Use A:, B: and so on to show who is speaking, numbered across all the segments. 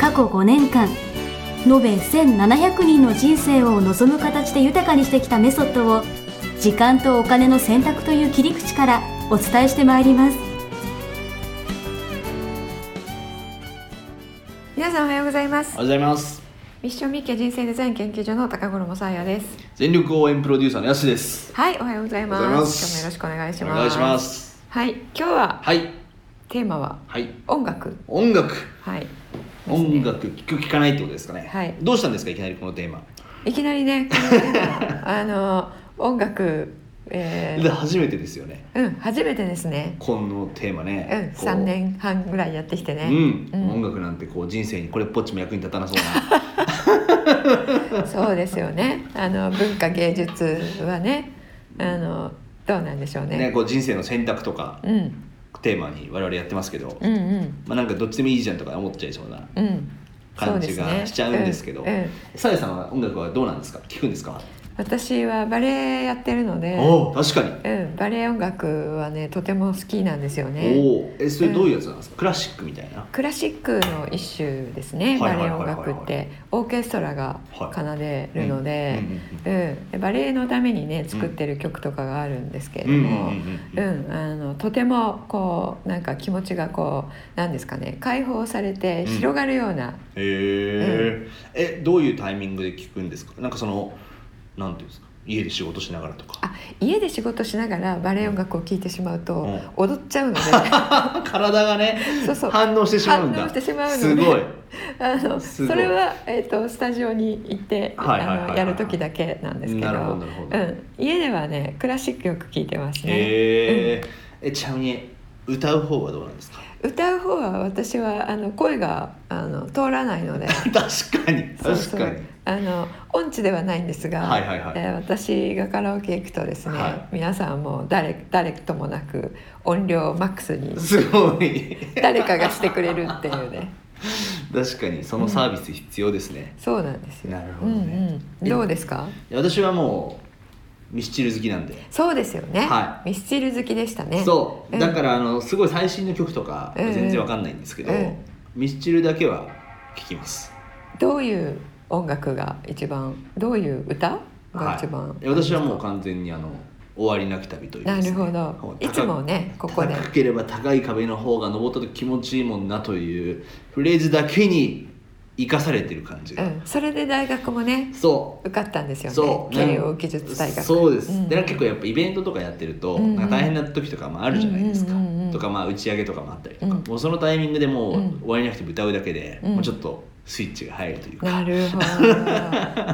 A: 過去5年間延べ1700人の人生を望む形で豊かにしてきたメソッドを時間とお金の選択という切り口からお伝えしてまいります
B: 皆さんおはようございます
C: おはようございます
B: ミッションミッケ人生デザイン研究所の高頃もさやです
C: 全力応援プロデューサーのやすです
B: はいおはようございま
C: おはようございます
B: 今日もよろしくお願いし
C: お
B: ます
C: 願いします
B: はい今日は
C: はい
B: テーマは
C: はい
B: 音楽
C: 音楽
B: はい
C: 音楽聞く聞かないってことですかね
B: はい
C: どうしたんですかいきなりこのテーマ
B: いきなりねこのテー マあの音楽え
C: で
B: ー
C: 初めてですよね
B: うん初めてですね
C: このテーマ
B: うん
C: ねこう
B: 三年半ぐらいやってきて
C: う
B: ね
C: ん
B: うん
C: 音楽なんてこう人生にこれっぽっちも役に立たなそうな
B: そうですよねあの文化芸術はねあのどうなんでし ょうね
C: ねこう人生の選択とか
B: うん
C: テーマに我々やってますけど
B: うんうん
C: まあなんかどっちでもいいじゃんとか思っちゃいそうな
B: うん
C: 感じ
B: そうですね
C: がしちゃうんですけど
B: うんうん
C: さやさんは音楽はどうなんですか聞くんですか
B: 私はバレエやってるので、
C: おお確かに
B: うん、バレエ音楽はねとても好きなんですよね
C: おおえそれどういうやつなんですか、クラシックみたいな
B: クラシックの一種ですね
C: は
B: バ
C: い
B: レ
C: はい
B: エ
C: は
B: 音
C: いはいはい
B: 楽ってオーケストラが
C: はい
B: 奏でるの
C: うん
B: で、うんでバレエのためにね作ってる曲とかがあるんですけれど
C: うんうん
B: も、
C: うん
B: う
C: うん
B: ん、あのとてもこうなんか気持ちがこうなんですかね解放されて
C: うん
B: 広がるような、
C: へええどういうタイミングで聞くんですかなんかそのなんていうんですか家で仕事しながらとか
B: あ家で仕事しながらバレエ音楽を聴いてしまう
C: う
B: と
C: ん
B: 踊っちゃうので
C: 体がね
B: そうそう
C: 反応してしまうんだ
B: 反応してしまうのです
C: ごい
B: あの
C: すご
B: そ
C: い
B: れは、えー、とスタジオに行って、
C: はいはいはいはい
B: あのやる時だけなんですけど
C: なるほどなるほど、
B: う
C: へ
B: ん、家ではねクラシックよく聴いてますね、
C: ええちなみに歌う方はどうなんですか
B: 歌う方は私はあの声があの通らないので
C: 確かに
B: そうそ
C: 確
B: う
C: かに
B: あの音痴ではないんですが、
C: はいはいはい
B: えー私がカラオケ行くとですね、
C: はい
B: 皆さんもう誰誰ともなく音量をマックスに
C: すごい
B: 誰かがしてくれるっていうね
C: 確かにそのサービス必要ですね、
B: そうなんですよ。
C: なるほどね、
B: うんうん、どうですか
C: いや私はもうミスチル好きなんで
B: そうですよね、
C: は
B: ミスチル好きでしたね
C: そう
B: うん
C: だからあのすごい最新の曲とか
B: うんうん
C: 全然わかんないんですけど、
B: うん
C: ミスチルだけは聴きます、
B: どういう音楽が一番どういう歌が
C: は
B: 一番、
C: い、私はもう完全にあの終わりなき旅という
B: な
C: です
B: る
C: ね、
B: ほど
C: もう
B: い
C: 高
B: つもねここで
C: 高ければ高い壁の方が登った時気持ちいいもんなというフレーズだけに生かされてる感じ
B: う
C: が、
B: んそれで大学もね
C: そう
B: 受かったんですよね
C: そう
B: 慶応技術大学
C: そうです、
B: ん
C: でなんか結構やっぱイベントとかやってると、
B: うんうん
C: なんか大変な時とかもあるじゃないですか、
B: うんうんうんうん
C: とかまあ打ち上げとかもあったりとか、
B: うん
C: もうそのタイミングでもう
B: うん
C: 終わりなくて歌うだけで、
B: うん
C: もうちょっとスイッチが入るというか、
B: なるほど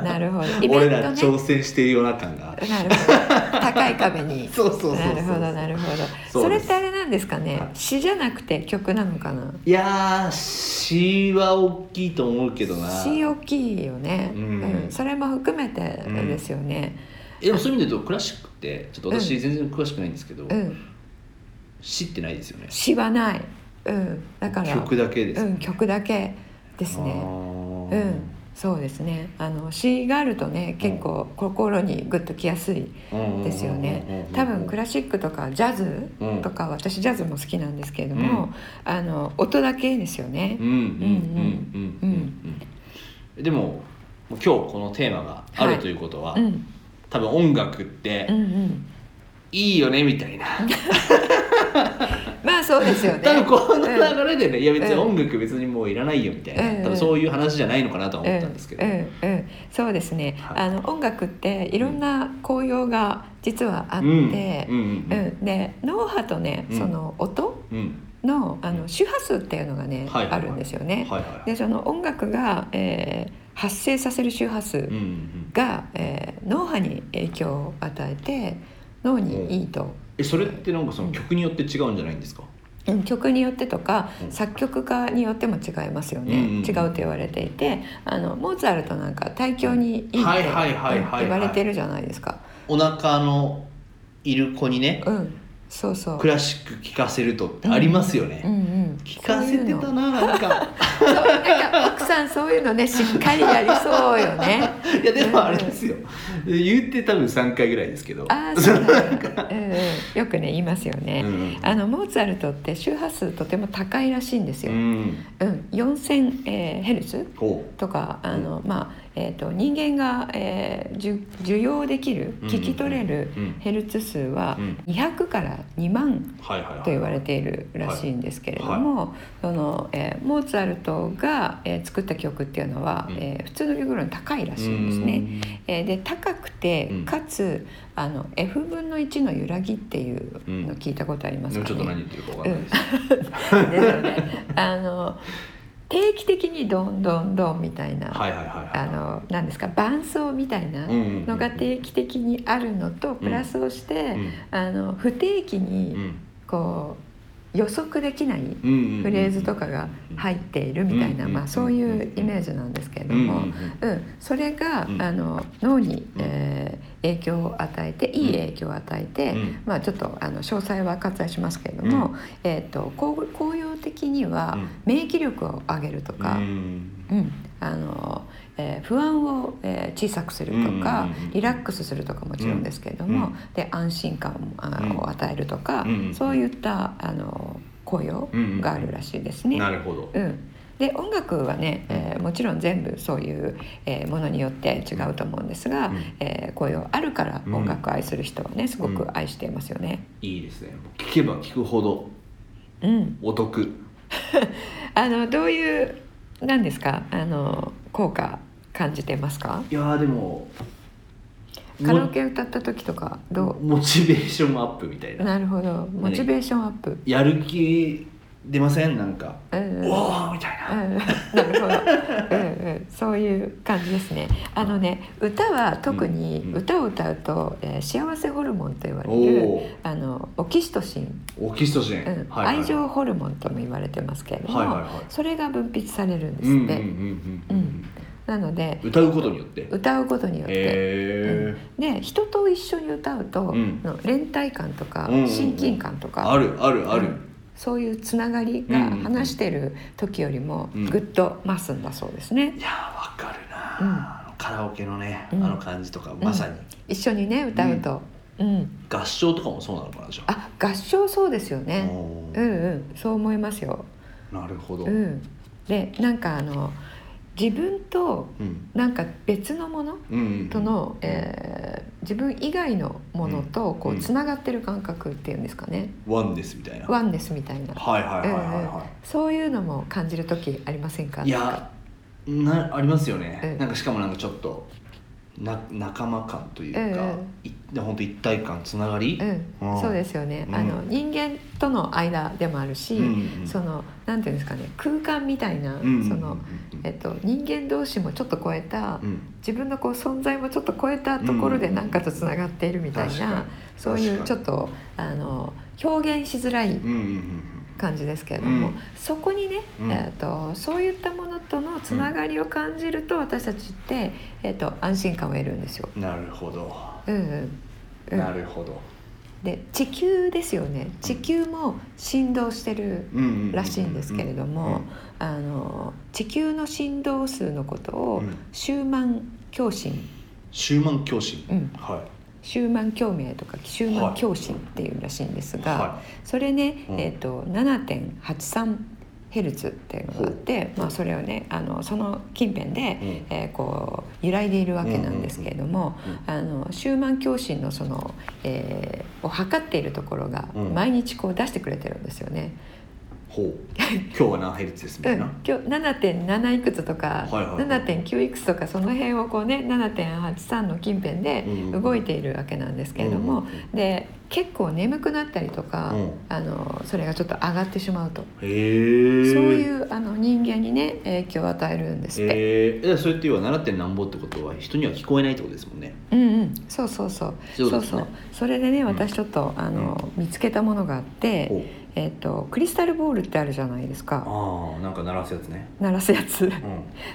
B: なるほどイベ
C: 俺
B: ン
C: ら
B: ト
C: 挑
B: ね
C: 戦しているような感が、
B: なるほど高い壁に
C: そうそうそうそう
B: なるほどなるほどそ
C: そう
B: れ
C: で
B: っ
C: す
B: てあれなんですかね、
C: はい
B: 詩じゃなくて曲なのかない
C: やー詩は大きいと思うけどな
B: 詩大きいよね、
C: うん
B: うんそれも含めてですよね、
C: えでもそういう意味で言うとクラシックってちょっと
B: う
C: 私全然詳しくないんですけど、
B: うん、
C: 詩ってないですよね
B: 詩はない、うん、だから
C: 曲だけです
B: う
C: ね、
B: ん、曲だけです
C: あ
B: ね。
C: ー
B: うん、そうですね。あの詩があるとね、結構心にグッときやすいですよ
C: うんうんうんうん
B: ね
C: う。ん
B: 多分クラシックとかジャズ
C: うん
B: とか、私ジャズも好きなんですけれど
C: う
B: も、あの音だけですよね
C: うん。うんうんうんうんうんでももう今日このテーマがあ
B: は
C: る
B: い
C: ということは、
B: うん、
C: 多分音楽って
B: うん、うん。
C: いいよねみたいな、
B: まあそうですよね。
C: 多分この
B: うん
C: 流れでね、いや別に
B: うん
C: 音楽別にもういらないよみたいな、
B: うん
C: 多分そういう話じゃないのかなとは思ったんですけど、
B: うんうんうんそうですね、
C: はい
B: あの音楽っていろんな紅葉が実はあって、
C: うん
B: うん
C: うんうん
B: で脳波とね
C: うん
B: その音
C: うん
B: のあの周波数っていうのがね、
C: はいはいはい
B: あるんですよ
C: はい
B: ね。
C: はいはい
B: でその音楽が、えー発生させる周波数
C: うんうん
B: が、えー脳波に影響を与えて脳にいいと。
C: えそれってなんかその曲によって違うんじゃないんですか、
B: うん曲によってとか、
C: うん
B: 作曲家によっても違いますよ
C: うん
B: ね、
C: うんうん
B: 違うと言われていてあのモーツァルトなんか大教にいいってうん
C: はいはいはいはいはい
B: 言われてるじゃないですか。
C: お腹のいる子にね
B: うん、そうそう
C: クラシック聴かせるとってありますよね、
B: うんうん、
C: 聞かせて
B: そ
C: た
B: ういうの
C: ななんか
B: そうなんか奥さんそういうのねしっかりやりそうよ ね
C: いやでもあれですよ言って多分3回ぐらいですけど
B: ああそうだね、うんうん、よくね言いますよね、
C: うん
B: あのモーツァルトって周波数とても高いらしいんです
C: う
B: よ、
C: ん
B: うん、4000、えーヘルツ
C: こう
B: とかあの、まあえー、と人間が、えー、じゅ受容できる
C: うん
B: 聞き取れる
C: うん
B: ヘルツ数は
C: うん
B: 200から2万
C: はいはいはい
B: と言われているらしいんですけれども、そのえーモーツァルトが、えー作った曲っていうのは、
C: うん
B: えー普通の曲よりも高いらしい
C: うんん
B: ですね。えーで高くて
C: うん
B: かつあの F 分の1の揺らぎっていうの聞いたことあります
C: でも
B: か
C: ちょっと
B: ね
C: 何言ってるかわかんない
B: で
C: です、
B: すよね。あの定期的にどんどんどんみたいな、
C: はいはいはいはい
B: あの何ですか伴奏みたいな
C: うんうんうんうん
B: のが定期的にあるのとプラスをして、
C: うん
B: あの不定期
C: う
B: に
C: ん
B: こう予測できない
C: うんうんうん
B: フレーズとかが入っているみたいな、
C: うんうんうん
B: まあ、そういうイメージなんですけれど
C: うんうん
B: も、うん、それが、
C: うん
B: あの脳に、
C: うん
B: えー影響を与えていい影響を与えて、
C: うん
B: まあ、ちょっとあの詳細は割愛しますけれども、
C: う
B: えー、と効効用的には免疫力を上げると
C: うんう
B: か、
C: ん
B: うんあのえー不安を、えー小さくするとか、
C: うんうんうんうん
B: リラックスするとかもちろんですけれども、
C: うん
B: で安心感をあ
C: うん
B: を与えるとか、
C: うんうん
B: そういったあの効用があるらしいですね。
C: なるほど
B: うん、で音楽はね、えーもちろん全部そういう、えーものによって違うと思うんですが、
C: うん
B: えーこういうあるから音楽を愛する人はねすごく愛していますよね。
C: いいですね聞けば聞くほど
B: うん
C: お得
B: あのどういう何ですかあの効果感じてますか
C: いやーでも
B: カラオケ歌った時とかどう、
C: モチベーションアップみたいな
B: なるほどモチベーションアップ。
C: やる気出ませんなんか
B: うん
C: お
B: うん
C: おみたいな
B: うんなるほど、うんうん、そういう感じですねあのね歌は特に
C: うんうん
B: 歌を歌うと、えー幸せホルモンと言われ
C: お
B: る
C: ー
B: あのオキシトシン、
C: オキシトシン
B: うん
C: はいはい
B: 愛情ホルモンとも言われてますけれども、
C: はいはいはい
B: それが分泌されるんで
C: うん
B: すっ
C: うんうん
B: て、
C: うんうん
B: なので
C: 歌うことによってへ
B: 歌うことによって、
C: え
B: で人と一緒に歌うと、
C: うん
B: の連帯感とか、
C: うんうんうん
B: 親近感とか
C: あるあるある
B: うんそういうつながりが
C: うんうんうん
B: 話してる時よりも
C: うん
B: ぐっと増すんだそうですね
C: い。やーわかるなー
B: うん
C: あのカラオケのねあ
B: うん
C: の感じとかまさに
B: 一緒にね歌うと、うん
C: 合唱とかもそうなのかなじゃあ
B: あ合唱そうですよね。
C: お
B: うん
C: ー
B: うんそう思いますよ。
C: なるほど
B: う
C: うん
B: ん、でなんかあの自分と
C: うん
B: なんか別のもの
C: うん
B: との、えー自分以外のものとこ
C: う
B: うんつながってる感覚っていうんですかね、
C: ワンですみたいな
B: ワンネスみたいな
C: はいはいはいはいは
B: そういうのも感じる時ありませんか
C: いいやなありますよね、
B: うん
C: なんかしかもなんかちょっとな仲間感というか、
B: うん
C: い本当一体感つながり、
B: うん
C: うん
B: そうですよね、
C: うん
B: あの人間との間でもあるし、
C: うんうん
B: そのなんていうんですかね空間みたいな、
C: うん
B: その、えっと、人間同士もちょっと超えた、
C: うん
B: 自分のこう存在もちょっと超えたところで何かとつながっているみたい
C: う
B: な、
C: ん確かに
B: そういうちょ
C: 確
B: っとあの表現しづらい
C: うんうんうん
B: 感じですけれども、
C: うん
B: そこにね、
C: うん
B: えー、とそういったものとのつながりを感じると私たちって、えー、と安心感を得るんですよ。
C: うんなるほど、
B: うんうんうん
C: なるほど、
B: で地球ですよね地球も振動してる
C: うんうんうんうん
B: らしいんですけれども、あの地球の振動数のことを
C: うん
B: シューマン共振
C: 終満教師、
B: うん
C: は
B: シューマン共鳴とかシューマン共振っていうらしいんです
C: い
B: が、
C: は
B: それね、
C: うん
B: えっ、と7.83ヘルツっていうのがあって、まあ、それをねあのその近辺で、
C: うん
B: えーこう揺らいでいるわけなんですけれども、あのシューマン共振のその、えーを測っているところが
C: うん
B: 毎日こう出してくれてるんですよね。
C: いほう今日は何ヘルツです
B: う
C: みた
B: ん、
C: いな、
B: 今日7.7いくつとか、
C: はいはいはい
B: 7.9いくつとかその辺をこうね7.83の近辺で
C: うん
B: 動いているわけなんですけれども、で結構眠くなったりとか、
C: うん
B: あのそれがちょっと上がってしまうと、
C: へえ
B: そういううあの人間にね影響を与えるんですって、
C: えー、えそれって要は7点何ぼってことは人には聞こえないってことですもんね
B: うんうんそうそうそう
C: そうです
B: そ
C: ね
B: うそれでね
C: ん
B: 私ちょっと、あの見つけたものがあって、
C: ほう
B: えっとクリスタルボールってあるじゃないですか
C: ああなんか鳴らすやつね
B: 鳴らすやつ
C: うん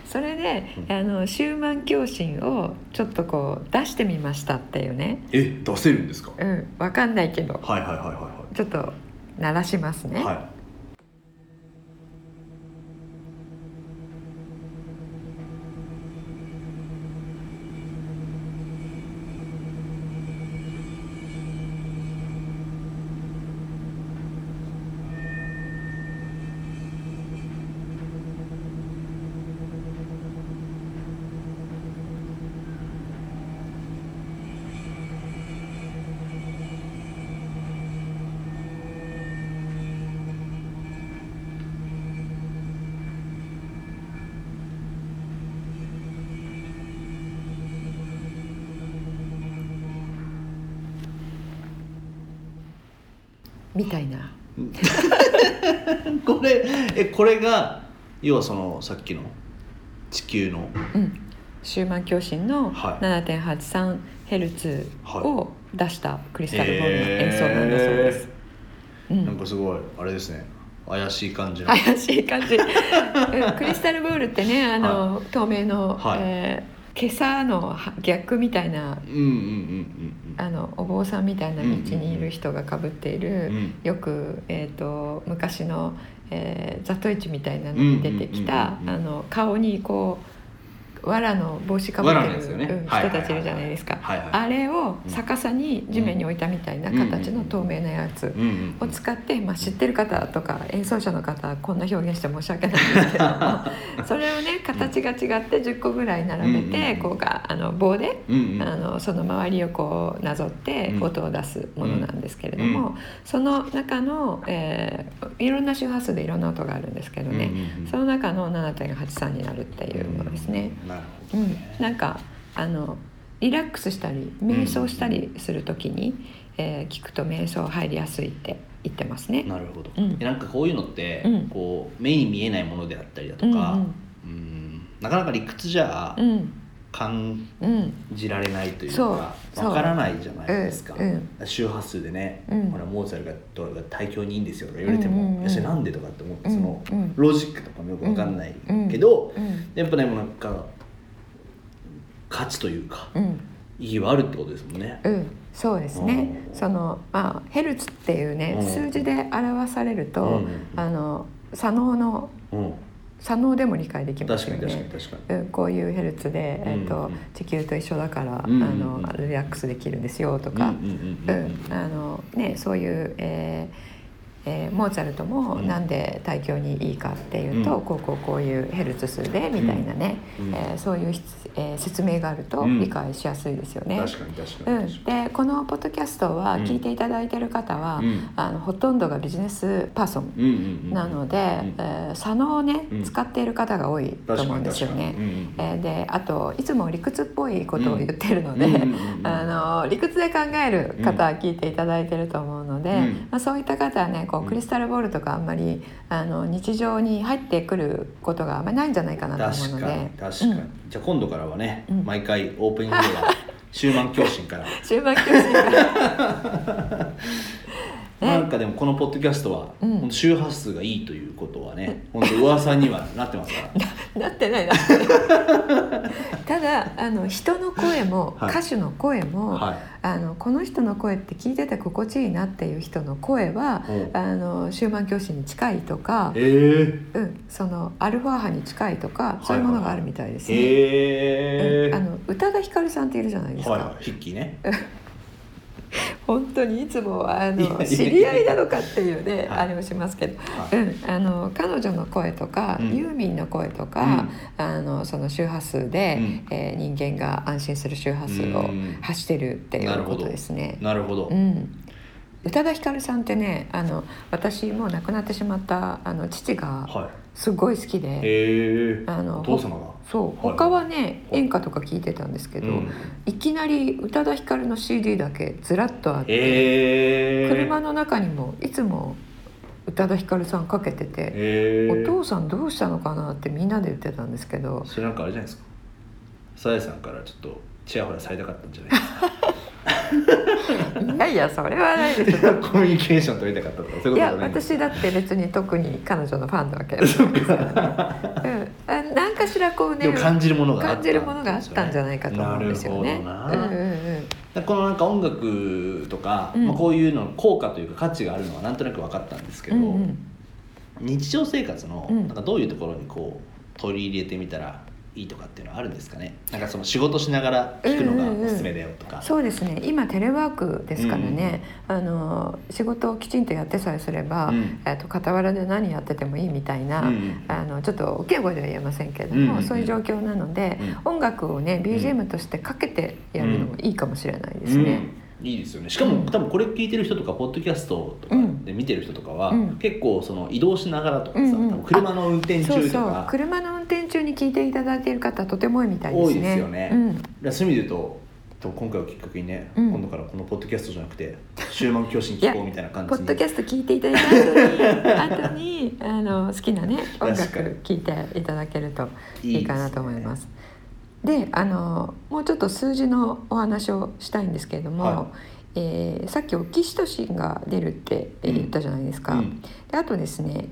B: それで、
C: うん
B: あのシューマン共振をちょっとこう出してみましたっていうね
C: え出せるんですか
B: うんわかんないけど
C: はいはいはいは
B: ちょっと鳴らしますね、
C: いはいは
B: みたいない
C: これえこれが要はそのさっきの地球の
B: うん、シューマン共振の
C: はい
B: 7.83ヘルツを出したクリスタルボールの
C: え
B: 演奏なんだそうです。う
C: なん
B: ん、
C: かすごいあれですね怪しい感じの
B: 怪しい 感じ。うんクリスタルボールってね、あの、透明の、
C: はい
B: えー今朝のは逆みたいな
C: うんうんうん
B: あのお坊さんみたいな道にいる人がかぶっている、
C: うんうんうん
B: よく、えー、と昔の、えー、ザトイチみたいなのに出てきた
C: うんうんうんうん
B: あの顔にこう藁の帽子かぶっ
C: 藁
B: て
C: のやつ
B: る、
C: よね
B: うん人
C: はいはいはい
B: たちいるじゃないですか、
C: はいはい
B: あれを逆さに地面に置いたみたいな形の透明なやつ。
C: うんうんう
B: を
C: ん
B: 使って、まあ、知ってる方とか演奏者の方はこんな表現して申し訳ないんですけど もそれをね形が違って10個ぐらい並べ
C: うんうんう
B: て
C: ん
B: こうがあの棒で
C: うんうん
B: あのその周りをこうなぞって
C: うん
B: 音を出すものなんですけれど
C: う
B: も、その中の、えーいろんな周波数でいろんな音があるんですけど
C: うんうん
B: ね、
C: うん
B: その中の7.83になるっていうものですね。
C: なる
B: う
C: ほど
B: ん
C: ね、
B: なんかあのリラックスしたり瞑想したりするときに、えー聞くと瞑想入りやすいって言ってますね。
C: なるほど、
B: うん
C: でなんかこういうのって、
B: うん
C: こう目に見えないものであったりだとか、うんなかなか理屈じゃ
B: うんうん
C: 感
B: うん
C: じられないという
B: そう
C: か
B: そう
C: わからないじゃないですか、
B: うんうん
C: 周波数でね、
B: うん
C: ほらモーツァルトが対響にいいんですよとか言われても、
B: うんうんうん
C: いやそれなんでとかって思ってその、
B: うんうん
C: ロジックとかもよくわかんないけど、
B: うん
C: やっぱでもなんか価値というか
B: うん
C: 意義はあるってことですもんね。
B: うん、そうですね
C: お。ー
B: そのまあヘルツっていうね
C: うん
B: 数字で表されると、
C: うんうんうん
B: あの左脳の
C: うん、
B: 左脳でも理解できま
C: 確
B: す
C: か
B: よ
C: に確かに
B: ね。
C: 確かに。
B: うん、こういうヘルツで、えっ
C: うん
B: と
C: うん
B: 地球と一緒だから、
C: うんうんうん
B: あのリラックスできるんですよとか、
C: うんう
B: う
C: んうんうん
B: ん、あのねそういう、えーえーモーツァルトも
C: うん
B: なんで大教にいいかっていうと、
C: うん
B: こうこうこういうヘルツ数でみたいなね、
C: うん
B: えーそういうひつ、えー説明があると
C: うん
B: 理解しやすいですよね。
C: 確かに確か
B: う
C: に確
B: ん、
C: か
B: でこのポッドキャストは
C: うん
B: 聞いていただいている方は、
C: に。うん
B: あのほとんどがビジネスパーソン
C: うんうんうん
B: なので、
C: うん
B: えー左脳をね、
C: うん
B: 使っている方が多いと思うんですよね。
C: 確かに
B: えーであといつも理屈っぽいことを言ってるので、
C: うんうんうんうん
B: あの理屈で考える方は聞いていただいてると思うので、
C: うん
B: まあ、そういった方はねこ
C: う
B: うんクリスタルボールとかあんまりあの日常に入ってくることがあんまりないんじゃないかなと思う
C: 確
B: の
C: かに
B: で
C: 確かに、じゃあ今度からはね、
B: うん
C: 毎回オープニングで は終盤教心から
B: 終盤教室から、ね
C: なんかでもこのポッドキャストは、
B: うん
C: ほんと周波数がいいということはね本当噂にはなってますから
B: なってないなただあの人の声も、
C: はい
B: 歌手の声も、
C: はい
B: あのこの人の声って聞いてて心地いいなっていう人の声は
C: おう
B: あの終盤教師に近いとか、
C: え
B: うん、そのアルファ波に近いとか
C: い
B: そういうものがあるみたいで
C: ー、
B: すね。
C: え
B: うんあ
C: ー
B: の宇多田ヒカルさんっているじゃないですか、
C: はいはいヒッキーね
B: 本当にいつもあ
C: いやいやい
B: の
C: や
B: 知り合いなのかっていうね、
C: はい
B: あれもしますけど、
C: はい
B: うん、あの彼女の声とか、
C: うん
B: ユーミンの声とか、あのその周波数で、えー人間が安心する周波数を
C: うん
B: 発してるってい
C: な
B: う
C: るほ
B: こ
C: ど
B: とですね。
C: なるほど、
B: うん宇多田ヒカルさんってねあの私もう亡くなってしまったあの父が
C: は
B: すごい好き
C: い
B: で、
C: えー、
B: あの
C: お父様が
B: そう
C: はい
B: 他はね
C: はい
B: 演歌とか聞いてたんですけど、
C: うん
B: いきなり宇多田ヒカルの CD だけずらっとあって、
C: えー、
B: 車の中にもいつも宇多田ヒカルさんかけてて、
C: えー、
B: お父さんどうしたのかなってみんなで言ってたんですけ ど
C: それなんかあれじゃないですかさやさんからちょっとちやほやされたかったんじゃないですか
B: いやいやそれは ないですよ
C: コミュニケーション取りたかったとかそういうこと
B: い
C: じ
B: や
C: ゃないんです
B: 私だって別に特に彼女のファンなわ けでもないですから、ね、うんあなんかしらこうね
C: でも感じるものがあった
B: 感じるものがあったんじゃないかと思うんですよね。
C: な
B: うんう
C: るほどなん
B: うん
C: でこのなんか音楽とか、
B: うん
C: まあ、こういうのの効果というか価値があるのはなんとなく分かったんですけど、
B: うんうん
C: 日常生活の
B: うん
C: なんかどういうところにこう取り入れてみたらいいとかっていうのはあるんですかねなんかその仕事しながら聞くのがおすすめだよとか、
B: そうですね今テレワークですからね、あの仕事をきちんとやってさえすれば、
C: うん
B: えっと傍らで何やっててもいいみたいな、
C: うん
B: あのちょっと大きい声では言えませんけれど
C: うんうん
B: も、
C: うん
B: そういう状況なので、音楽をね BGM としてかけてやるのもいいかもしれないですね。
C: うん、いいですよねしかも、
B: うん
C: 多分これ聞いてる人とかポッドキャストとかで見てる人とかは、
B: うん
C: 結構その移動しながらとかさ、
B: うんうん
C: 多分車の運転
B: そう
C: 中と
B: そう
C: か
B: 車の運転中に聞いていただいている方とても多いみたいですね。
C: 多いですよね
B: うん、
C: だからそういう意味で言うとと今回をきっかけにね、
B: うん
C: 今度からこのポッドキャストじゃなくて週末教師に聞こうみたいな感
B: ポッ
C: じに
B: ドキャスト聞いていただいた後に後 にあの好きなね音楽
C: 確かに
B: 聞いていただけるとい
C: い
B: い
C: いですね
B: かなと思います。であのもうちょっと数字のお話をしたいんですけれども、
C: は
B: えーさっきオキシトシンが出るってえー
C: うん
B: 言ったじゃないですか。
C: うん
B: であとですね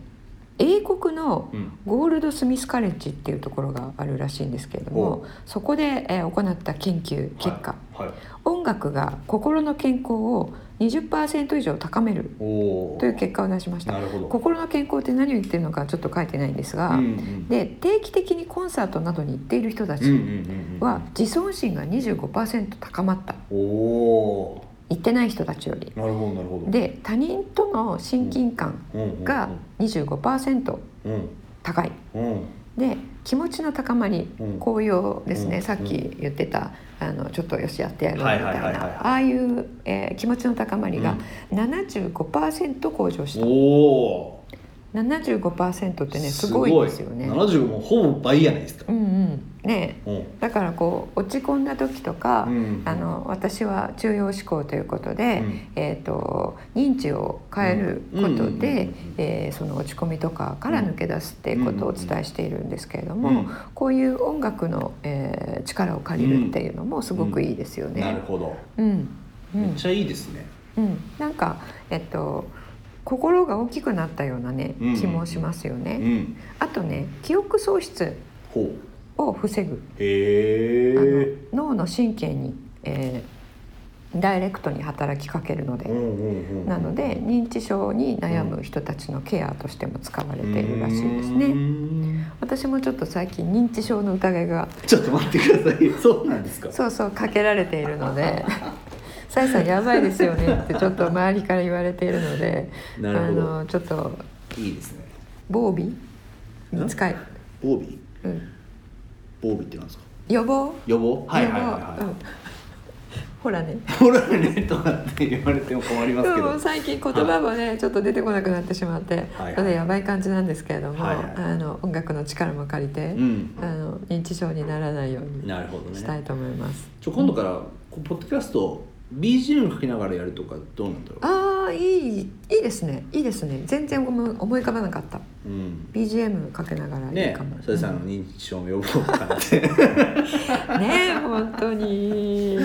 B: 英国の
C: うん
B: ゴールドスミスカレッジっていうところがあるらしいんですけれども
C: お
B: そこで、えー行った研究結果、
C: はい、はい、
B: 音楽が心の健康を20%以上高める
C: おお
B: という結果を出しました
C: なるほど
B: 心の健康って何を言ってるのかちょっと書いてないんですが、
C: うんうん
B: で定期的にコンサートなどに行っている人た
C: うんうん
B: ち
C: うんうん
B: は自尊心が25%高まった
C: おお
B: 行ってない人たちより
C: ーなるほどなるほど、
B: で他人との親近感
C: うんうんうん、
B: が25%
C: うん
B: 高い
C: うん
B: で気持ちの高まり
C: うん
B: 高揚ですね、
C: うん
B: さっき言ってたあのちょっとよしやってやるみたいな、
C: はいはいはいはい
B: ああいう、えー気持ちの高まりが75%向上した、
C: おお
B: 75%ってねすごいですよね。
C: 七十もうほぼ倍やないですか
B: う。んうん、ねえ
C: うん。
B: だからこう落ち込んだ時とか、
C: うん
B: あの私は中庸思考ということ
C: う
B: で、
C: ん
B: えー、と認知を変えること
C: うんうんうんうんう
B: で
C: ん
B: えーその落ち込みとかから抜け出すっていうことをお伝えしているんですけれども、
C: うん
B: こういう音楽の、えー力を借りるっていうのもすごくいいですよ
C: なる
B: ね。
C: ほど。
B: うんう
C: めっ
B: ん
C: ちゃいいですね。
B: うん、なんか、えっと、心が大きくなったようなね
C: うん
B: 気もしますよ
C: う
B: ね。
C: ん。
B: あとね記憶喪失
C: ほう。
B: を防ぐ
C: へ
B: あの
C: え。
B: 脳の神経に、えーダイレクトに働きかけるので、
C: うんうんうん。
B: なので認知症に悩む人たちのケアとしても使われているらしいですね。
C: ね。
B: 私もちょっと最近認知症の疑いが
C: ちょっと待って ください。そうなんですか。
B: そうそうかけられているので 「さえさんやばいですよね」ってちょっと周りから言われているので
C: なるほど
B: あのちょっと
C: いいですね。
B: 防備に使い、
C: 防備。
B: うん、
C: 防備ってなんですか。
B: 予防
C: 予防。はいはいはい
B: 予防う
C: は
B: んほらね
C: い。ほらねとかって言われても困りますけ
B: そ
C: ど
B: う。最近言葉もね、ちょっと出てこなくなってしまって、
C: はいはい
B: それでやばい感じなんですけれども、
C: はいはい
B: あの音楽の力も借りて、
C: うん。
B: あの認知症にならないように
C: なるほど
B: した
C: ね
B: い。と思います。
C: ちょ今度からこうポッドキャスト BGM かけながらやるとかどうなんだろう。
B: ああいいいいですねいいですね全然思い思い浮かばなかった
C: うん。
B: BGM かけながらいい
C: ね
B: かも、
C: それさんの認知症の予防か なって
B: うんね本当に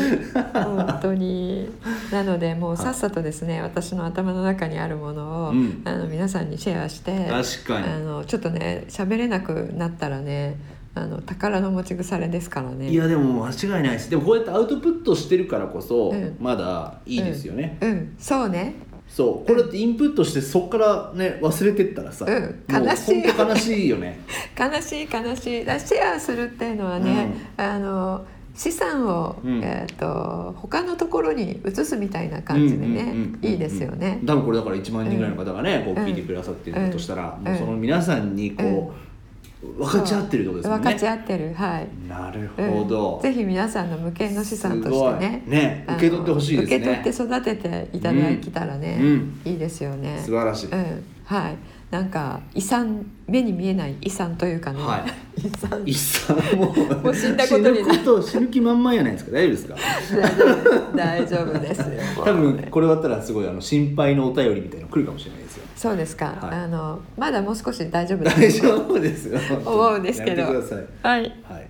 B: 本当になのでもうさっさとですね私の頭の中にあるものを、
C: うん
B: あの皆さんにシェアして
C: 確か
B: あのちょっとね喋れなくなったらねあの宝の持ち腐れですからね
C: いやでも間違いないですでもこうやってアウトプットしてるからこそ、
B: うん
C: まだいいですよね、
B: うんそうね
C: そうこれってインプットしてそこからね忘れてったらさ、
B: うん
C: も
B: 悲しい
C: 本当悲しいよね
B: 悲しい悲しいだシェアするっていうのはね、あの資産を、
C: うん
B: えー、と他のところに移すみたいな感じでね、
C: うんうんうんうん
B: いいですよね。
C: 多分これだから1万人ぐらいの方がね、
B: ん
C: こう聞いてくださってるとしたら、
B: ん
C: もうその皆さんにこう、分かち合ってるってことですもん
B: 分かち
C: ね
B: 合ってるはい、
C: なる
B: うん
C: ほど、
B: ぜひ皆さんの無形の資産と
C: す
B: して
C: ごい
B: ね
C: ね受け取ってほしいですね
B: あの受け取って育てていただけたらね、
C: うん
B: いいですよね
C: 素晴らしい、
B: うん、はい。なんか遺産目に見えない遺産というかね、
C: は
B: 遺産
C: 一産も
B: もう死んだことになる
C: 死ぬこと死ぬ気満々やないですか大丈夫ですか
B: 大丈夫ですよ。
C: 多分これ終わったらすごいあの心配のお便りみたいなの来るかもしれないですよ
B: そうですか。
C: はい
B: あのまだもう少し大丈夫
C: 大
B: です。
C: 丈夫ですよ
B: 思うんですけど
C: やめてください
B: はい。
C: はい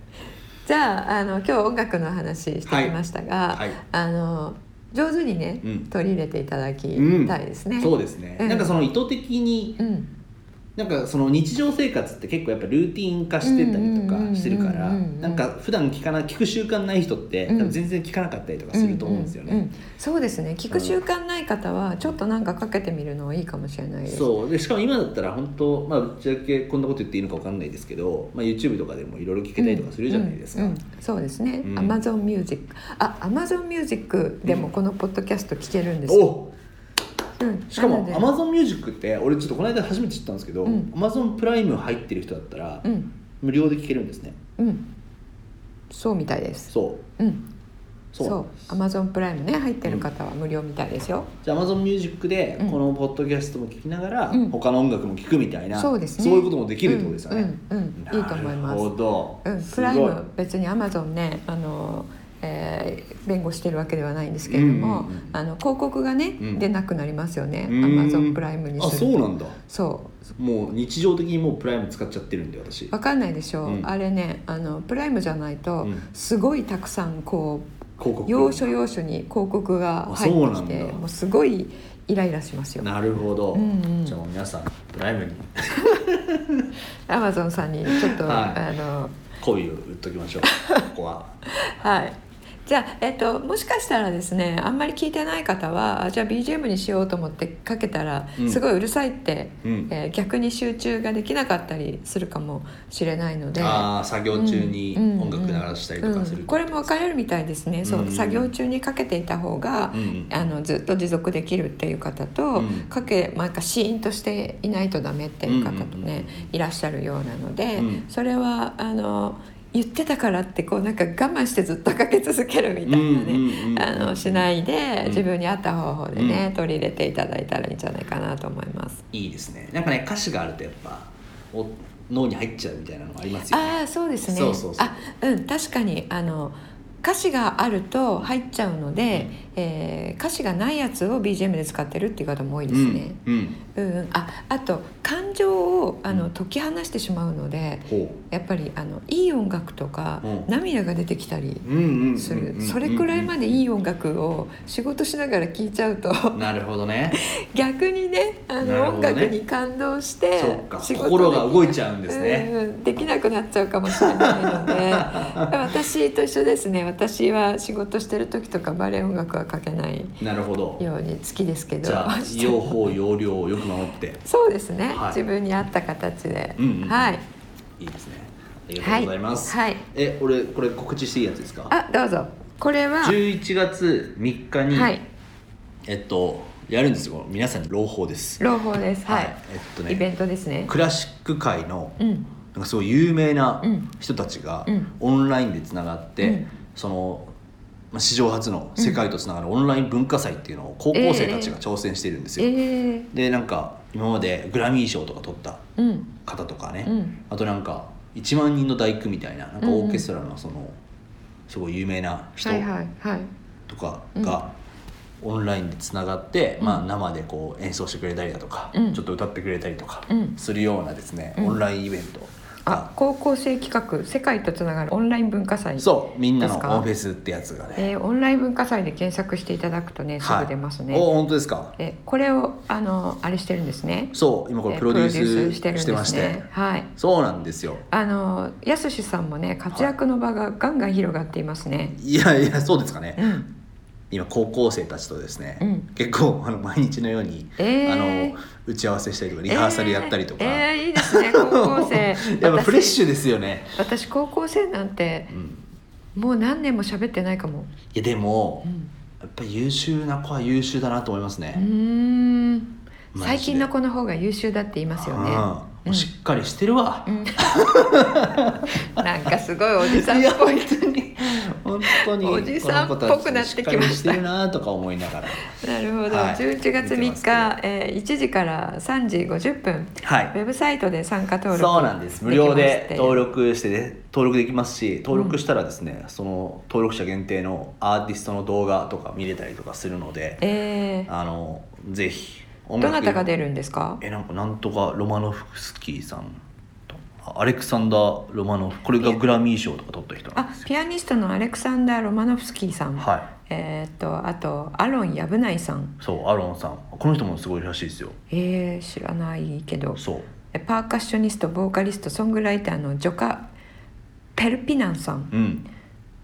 B: じゃああの今日音楽の話してきましたが、
C: はいはい
B: あの上手にね、
C: うん
B: 取り入れていただき
C: うん
B: たいですね。
C: そうですね、
B: うん
C: なんかその意図的に
B: うん
C: なんかその日常生活って結構やっぱルーティン化してたりと
B: うんうんうんうんう
C: か
B: ん
C: してるからなんか普段聞かな聞く習慣ない人って
B: う
C: 多
B: ん
C: 分全然聞かなかったりとかすると思うんですよね、
B: うううんそうですね。聞く習慣ない方はちょっとなんかかけてみるのはいいかもしれないです。
C: そうでしかも今だったら本当まあぶっちゃけこんなこと言っていいのかわかんないですけど、まあ、YouTube とかでもいろいろ聞けたりとかするじゃないですか、
B: うんうんうんそうですね。
C: うん
B: Amazon Music あ Amazon Music でもこのポッドキャスト聞けるんですよ。
C: お
B: うん
C: しか
B: な
C: も
B: ので
C: Amazon Music って俺ちょっとこの間初めて知ったんですけど、
B: うん
C: Amazon プライム入ってる人だったら
B: うん
C: 無料で聞けるんですね
B: うんそうみたいです。
C: そう
B: うん
C: そうなん
B: そ
C: で
B: う Amazon プライムね入ってる方は無料みたいですよ。
C: じゃあ Amazon Music で
B: うん
C: このポッドキャストも聞きながら、
B: うん
C: 他の音楽も聞くみたいな、
B: そうですね。
C: いうこともできるってことですよね、
B: うんうんうんいいと思い
C: な
B: ま
C: る
B: す。
C: ほど、
B: うん、
C: す
B: プ
C: ご
B: ラ
C: い
B: イム別にアマゾンねあの、えー弁護してるわけではないんですけれども、
C: うんうんうん
B: あの広告がね、
C: うん
B: 出なくなりますよね
C: う
B: ア
C: ん
B: マゾンプライムに
C: あ
B: す
C: そう
B: ると
C: なんだ
B: そう
C: もう日常的にもうプライム使っちゃってるんで私
B: 分かんないでしょう、
C: うん
B: あれねあのプライムじゃないと、
C: うん
B: すごいたくさんこ
C: 広告
B: う要所要所に広告が入
C: あそう
B: って
C: な
B: き
C: ん
B: て
C: だ
B: もうすごいイライラしますよ
C: なるほど、
B: うんうん
C: じゃあもう皆さんプライムに
B: アマゾンさんにちょっと、
C: はい
B: あの
C: 恋を売っとき ましょうここは
B: はい。じゃあ、えっと、もしかしたらですねあんまり聞いてない方はあじゃあ BGM にしようと思ってかけたら、
C: うん
B: すごいうるさいって、
C: うん
B: えー逆に集中ができなかったりするかもしれないので。
C: ああ作業中に
B: うん
C: 音楽鳴らしたりとかする、
B: うんこれも分かれるみたいですね、そう
C: うん
B: 作業中にかけていた方が、
C: うん
B: あのずっと持続できるっていう方と、
C: うん
B: かけ、まあ、なんかシーンとしていないとダメっていう方と
C: うんうんうんう
B: ね
C: ん、
B: いらっしゃるようなので、
C: うん
B: それはあの言ってたからってこうなんか我慢してずっとかけ続けるみたいなね、
C: うんうんうん
B: あのしないで、
C: うん
B: 自分に合った方法でね、
C: うん
B: 取り入れていただいたらいいんじゃないかなと思います。
C: いいですねなんかね歌詞があるとやっぱお脳に入っちゃうみたいなのがありますよ
B: あ
C: ね
B: あそうですね
C: そうそうそう
B: あうん確かにあの歌詞があると入っちゃうので、えー歌詞がないやつを BGM で使ってるっていう方も多いですね。
C: うん、うん、
B: うんうんああと感情をあ
C: う
B: の
C: ん
B: 解き放してしまうので、
C: ほ
B: やっぱりあのいい音楽とか、
C: うん
B: 涙が出てきたり
C: ううんうんうん
B: する、それくらいまでいい音楽を仕事しながら聴いちゃうと
C: なるほどね
B: 逆にねあの
C: なるほ
B: 音
C: どね
B: 楽に感動して
C: そっか
B: 仕事
C: 心が動いちゃうんですね
B: うんうんできなくなっちゃうかもしれないの で私と一緒ですね私は仕事してる時とかバレエ音楽はかけない
C: なるほど
B: ように好きですけど
C: じゃあ用法用量をよく守って
B: そうですね、
C: はい
B: 自分に合った形で、
C: うんうんうん
B: はい
C: いいですねありがと
B: は
C: うございます、
B: はい、
C: え俺これ告知していいやつですか
B: あどうぞこれは
C: 11月3日に、
B: はい
C: えっとやるんですよ皆さんに朗報です
B: 朗報ですはい、
C: えっとね
B: イベントですね
C: クラシック界の
B: うん
C: なんかすごい有名な
B: うん
C: 人たちが
B: うん
C: オンラインでつながって、
B: うん
C: そのまあ史上初の世界とつながるオンライン文化祭っていうのを高校生たちが挑戦してるんです
B: え
C: よ、
B: ー、
C: でなんか今までグラミー賞とか取った
B: うん
C: 方とかね、
B: うん
C: あとなんか1万人の大工みたいななんか
B: うんうん
C: オーケストラのそのすごい有名な人
B: はいはいはい
C: とかがオンラインでつながって、まあ、生でこう演奏してくれたりだとか、
B: うん
C: ちょっと歌ってくれたりとか
B: うん
C: するようなですね、
B: うん
C: オンラインイベント
B: あ
C: が、
B: 高校生企画世界とつながるオンライン文化祭
C: そうみんなの
B: で
C: オ
B: すか
C: ンフェスってやつがね、
B: えーオンライン文化祭で検索していただくとねす
C: は
B: ぐ
C: い
B: 出ますね、
C: お本当ですか
B: えこれをあのあれしてるんですね
C: そう今これ
B: え
C: プロデュー
B: プロデュ
C: ス
B: ースしてるんです
C: し
B: ね
C: てまして
B: はい
C: そうなんですよ
B: あのやすしさんもね活躍の場がガンガン広がっていますね、
C: いやいやそうですかね
B: うん
C: 今高校生たちとですね、
B: うん
C: 結構あの毎日のように、
B: えー
C: あの打ち合わせしたりとかリハーサルやったりと
B: え
C: か、
B: ーえーいいですね高校生
C: やっぱフレッシ
B: ュ
C: ュですよね、
B: 私私高校生なんて
C: うん、
B: もう何年も喋ってないかも
C: いやでも、
B: うん
C: やっぱり優秀な子は優秀だなと思います
B: う
C: ね。
B: ーん
C: マジで
B: 最近の子の方が優秀だって言いますよね
C: うんもうしっかりしてるわ。
B: うんなんかすごいおじさんっぽい
C: 本当に
B: おじさんっぽくなってきました
C: この子たちしっかりしてるなとか思いながら。
B: なるほど、
C: はい
B: 11月
C: 見てます
B: 3日、えー1時から3時50分
C: は
B: ウ
C: い。
B: ェブサイトで参加登録
C: そうなんです。無料
B: き
C: で
B: ますって
C: 登録してね登録できますし、登録したらですね、その登録者限定のアーティストの動画とか見れたりとかするので、
B: え
C: あのぜひ
B: ー、
C: 音
B: ど
C: 楽
B: なたが出るんですか
C: えなんかなんとかロマノフスキーさんとあアレクサンダー・ロマノフこれがグラミー賞とか取った人なん
B: あ
C: ですよ
B: ピアニストのアレクサンダー・ロマノフスキーさん、
C: は
B: えーっとあとアロン藪内さん
C: そうアロンさんこの人もすごいらしいですよ
B: えー、知らないけど
C: そう
B: えパーカッショニストボーカリストソングライターのジョカ・ペルピナンさん
C: うん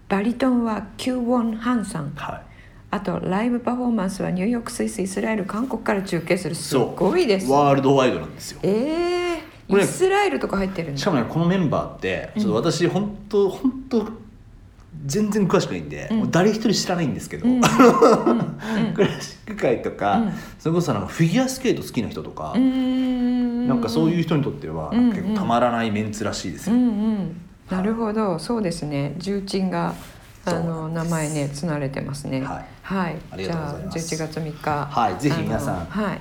B: バリトンはキュー・ウォン・ハンさん
C: は
B: あとライブパフォーマンスはニューヨークスイスイスラエル韓国から中継する
C: い
B: す
C: そう
B: ごいです
C: ワールドワイドなんですよ
B: え
C: こ
B: ー、
C: れ
B: イスラエルとか入ってるん
C: しか
B: だ
C: もねこのメンバーってちょっと私本当本当全然詳しくないんで、
B: うん
C: もう誰一人知らないんですけど、
B: うんうん
C: クラシック界とか、
B: うん
C: それこそなんかフィギュアスケート好きな人とか、
B: うーん
C: なんかそういう人にとっては
B: うん
C: 結構たまらないメンツらしいです
B: う
C: よ、
B: んうんなるほどそうですね重鎮があ
C: そう
B: の名
C: なんです
B: 前ねつなれてますね
C: はい、
B: はい
C: ありがとうございます
B: じゃあ11月3日
C: はいぜひ皆さん
B: あのはい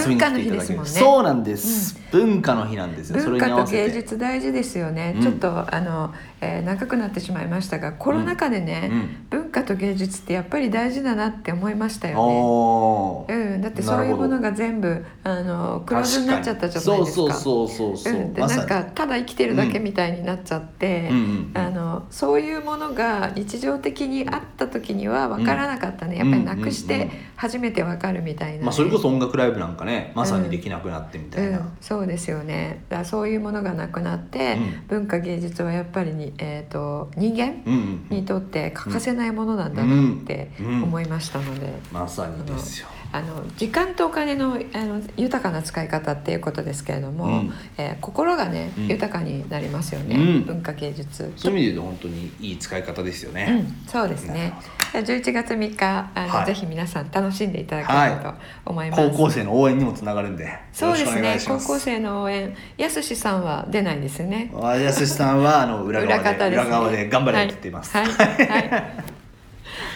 C: 遊びに来ていただ
B: 文化の
C: ける、
B: 日ですもんね
C: そうなんです、文化の日なんですよそれ
B: 文
C: に合
B: 化
C: わ
B: と
C: せ
B: 芸
C: て
B: 術大事ですよね、
C: うん
B: ちょっとあの、えー長くなってしまいましたがコロナ禍でね、
C: うん
B: 文化と芸術ってやっぱり大事だなって思いましたよね。
C: おー
B: うん、だってそういうものが全部あのクラブになっちゃったじゃないですか。
C: そうそうそうそうそう、
B: うん、で
C: ま
B: なん
C: さ
B: かただ生きてるだけみたいになっちゃって、
C: に、うんうんう
B: あ
C: ん、
B: のそういうものが日常的にあった時には分からなかったね、やっぱりなくし
C: うんうん
B: て
C: うん
B: 初めて分かるみたいなね、
C: まあ、それこそ音楽ライブなんかねまさにできなくなってみたいな、
B: うん、そうですよねだからそういうものがなくなって、
C: うん
B: 文化芸術はやっぱりに、えー、と人間
C: うんうんうん
B: にとって欠かせないものなんだなって
C: うん
B: 思いましたので、
C: まさにですよ。
B: あの時間とお金のあの豊かな使い方っていうことですけれども、
C: うん
B: えー心がね、
C: うん
B: 豊かになりますよね、
C: うん
B: 文化芸術
C: そういう意味で言うと本当にいい使い方ですよ
B: う
C: ね。
B: ん、そうです
C: なる
B: ね
C: ほど。
B: 11月3日あの、
C: はい
B: ぜひ皆さん楽しんでいただければと思います。
C: 高校生の応援にもつながるんで。
B: そうですね
C: よろしくお願いし
B: 高
C: ます
B: 校。生の応援やすしさんは出ないですね
C: あやすしさんはあの裏側で裏,、
B: ですね
C: 側で頑張れって言っています。
B: はいはい、 はい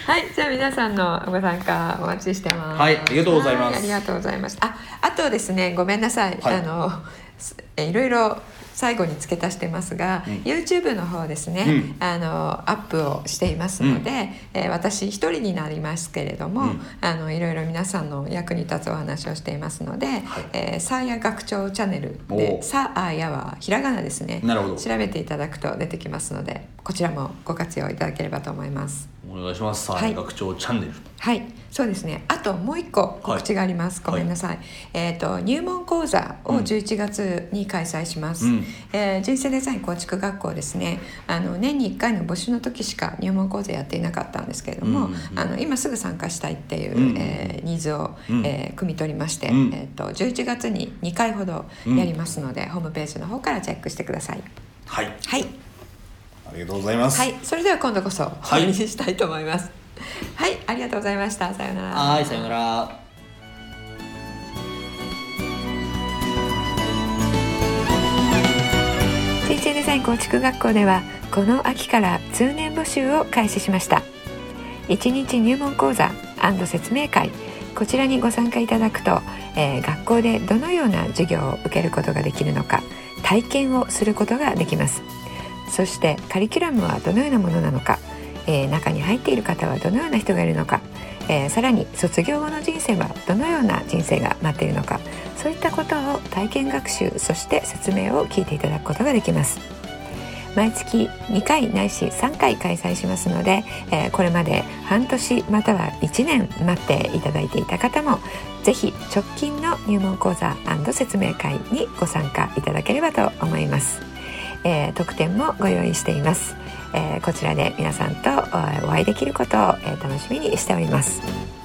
B: はいじゃあ皆さんのご参加お待ちしてます
C: はいありがとうございます
B: はありがとうございましたああとですねごめんなさい、
C: はい
B: あのすえいろいろ最後に付け足してますが、
C: うん
B: YouTube の方ですね、
C: うん
B: あのアップをしていますので、えー私一人になりますけれども、
C: うん
B: あのいろいろ皆さんの役に立つお話をしていますので
C: はい
B: 「えーさあや学長チャンネル」
C: おー
B: で「さあや」はひらがなですね
C: なるほど
B: 調べていただくと出てきますのでこちらもご活用いただければと思います
C: お願いします。
B: はい
C: さあ学長チャンネル。
B: はいそうですねあともう一個告知があります、
C: はい
B: ごめんなさい、えっ、と入門講座を
C: うん
B: 11月に開催します、
C: うん
B: えー人生デザイン構築学校ですねあの年に1回の募集の時しか入門講座やっていなかったんですけれども、
C: うんうんうん
B: あの今すぐ参加したいっていう、
C: うん
B: えーニーズを、
C: うん
B: えー汲み取りまして、
C: うん
B: えっ、と11月に2回ほどやりますので、ホームページの方からチェックしてください
C: はい。
B: はい
C: ありがとうございます。
B: はい、それでは今度こそ終わりにしたいと思います。はい、ありがとうございました。さようなら。
C: はいさようなら。
B: 水中デザイン構築学校ではこの秋から通年募集を開始しました1日入門講座説明会こちらにご参加いただくと、えー学校でどのような授業を受けることができるのか体験をすることができますそしてカリキュラムはどのようなものなのか、えー中に入っている方はどのような人がいるのか、えーさらに卒業後の人生はどのような人生が待っているのかそういったことを体験学習そして説明を聞いていただくことができます毎月2回ないし3回開催しますので、えーこれまで半年または1年待っていただいていた方もぜひ直近の入門講座説明会にご参加いただければと思います、えー特典もご用意しています、えーこちらで皆さんとえーお会いできることをえー楽しみにしております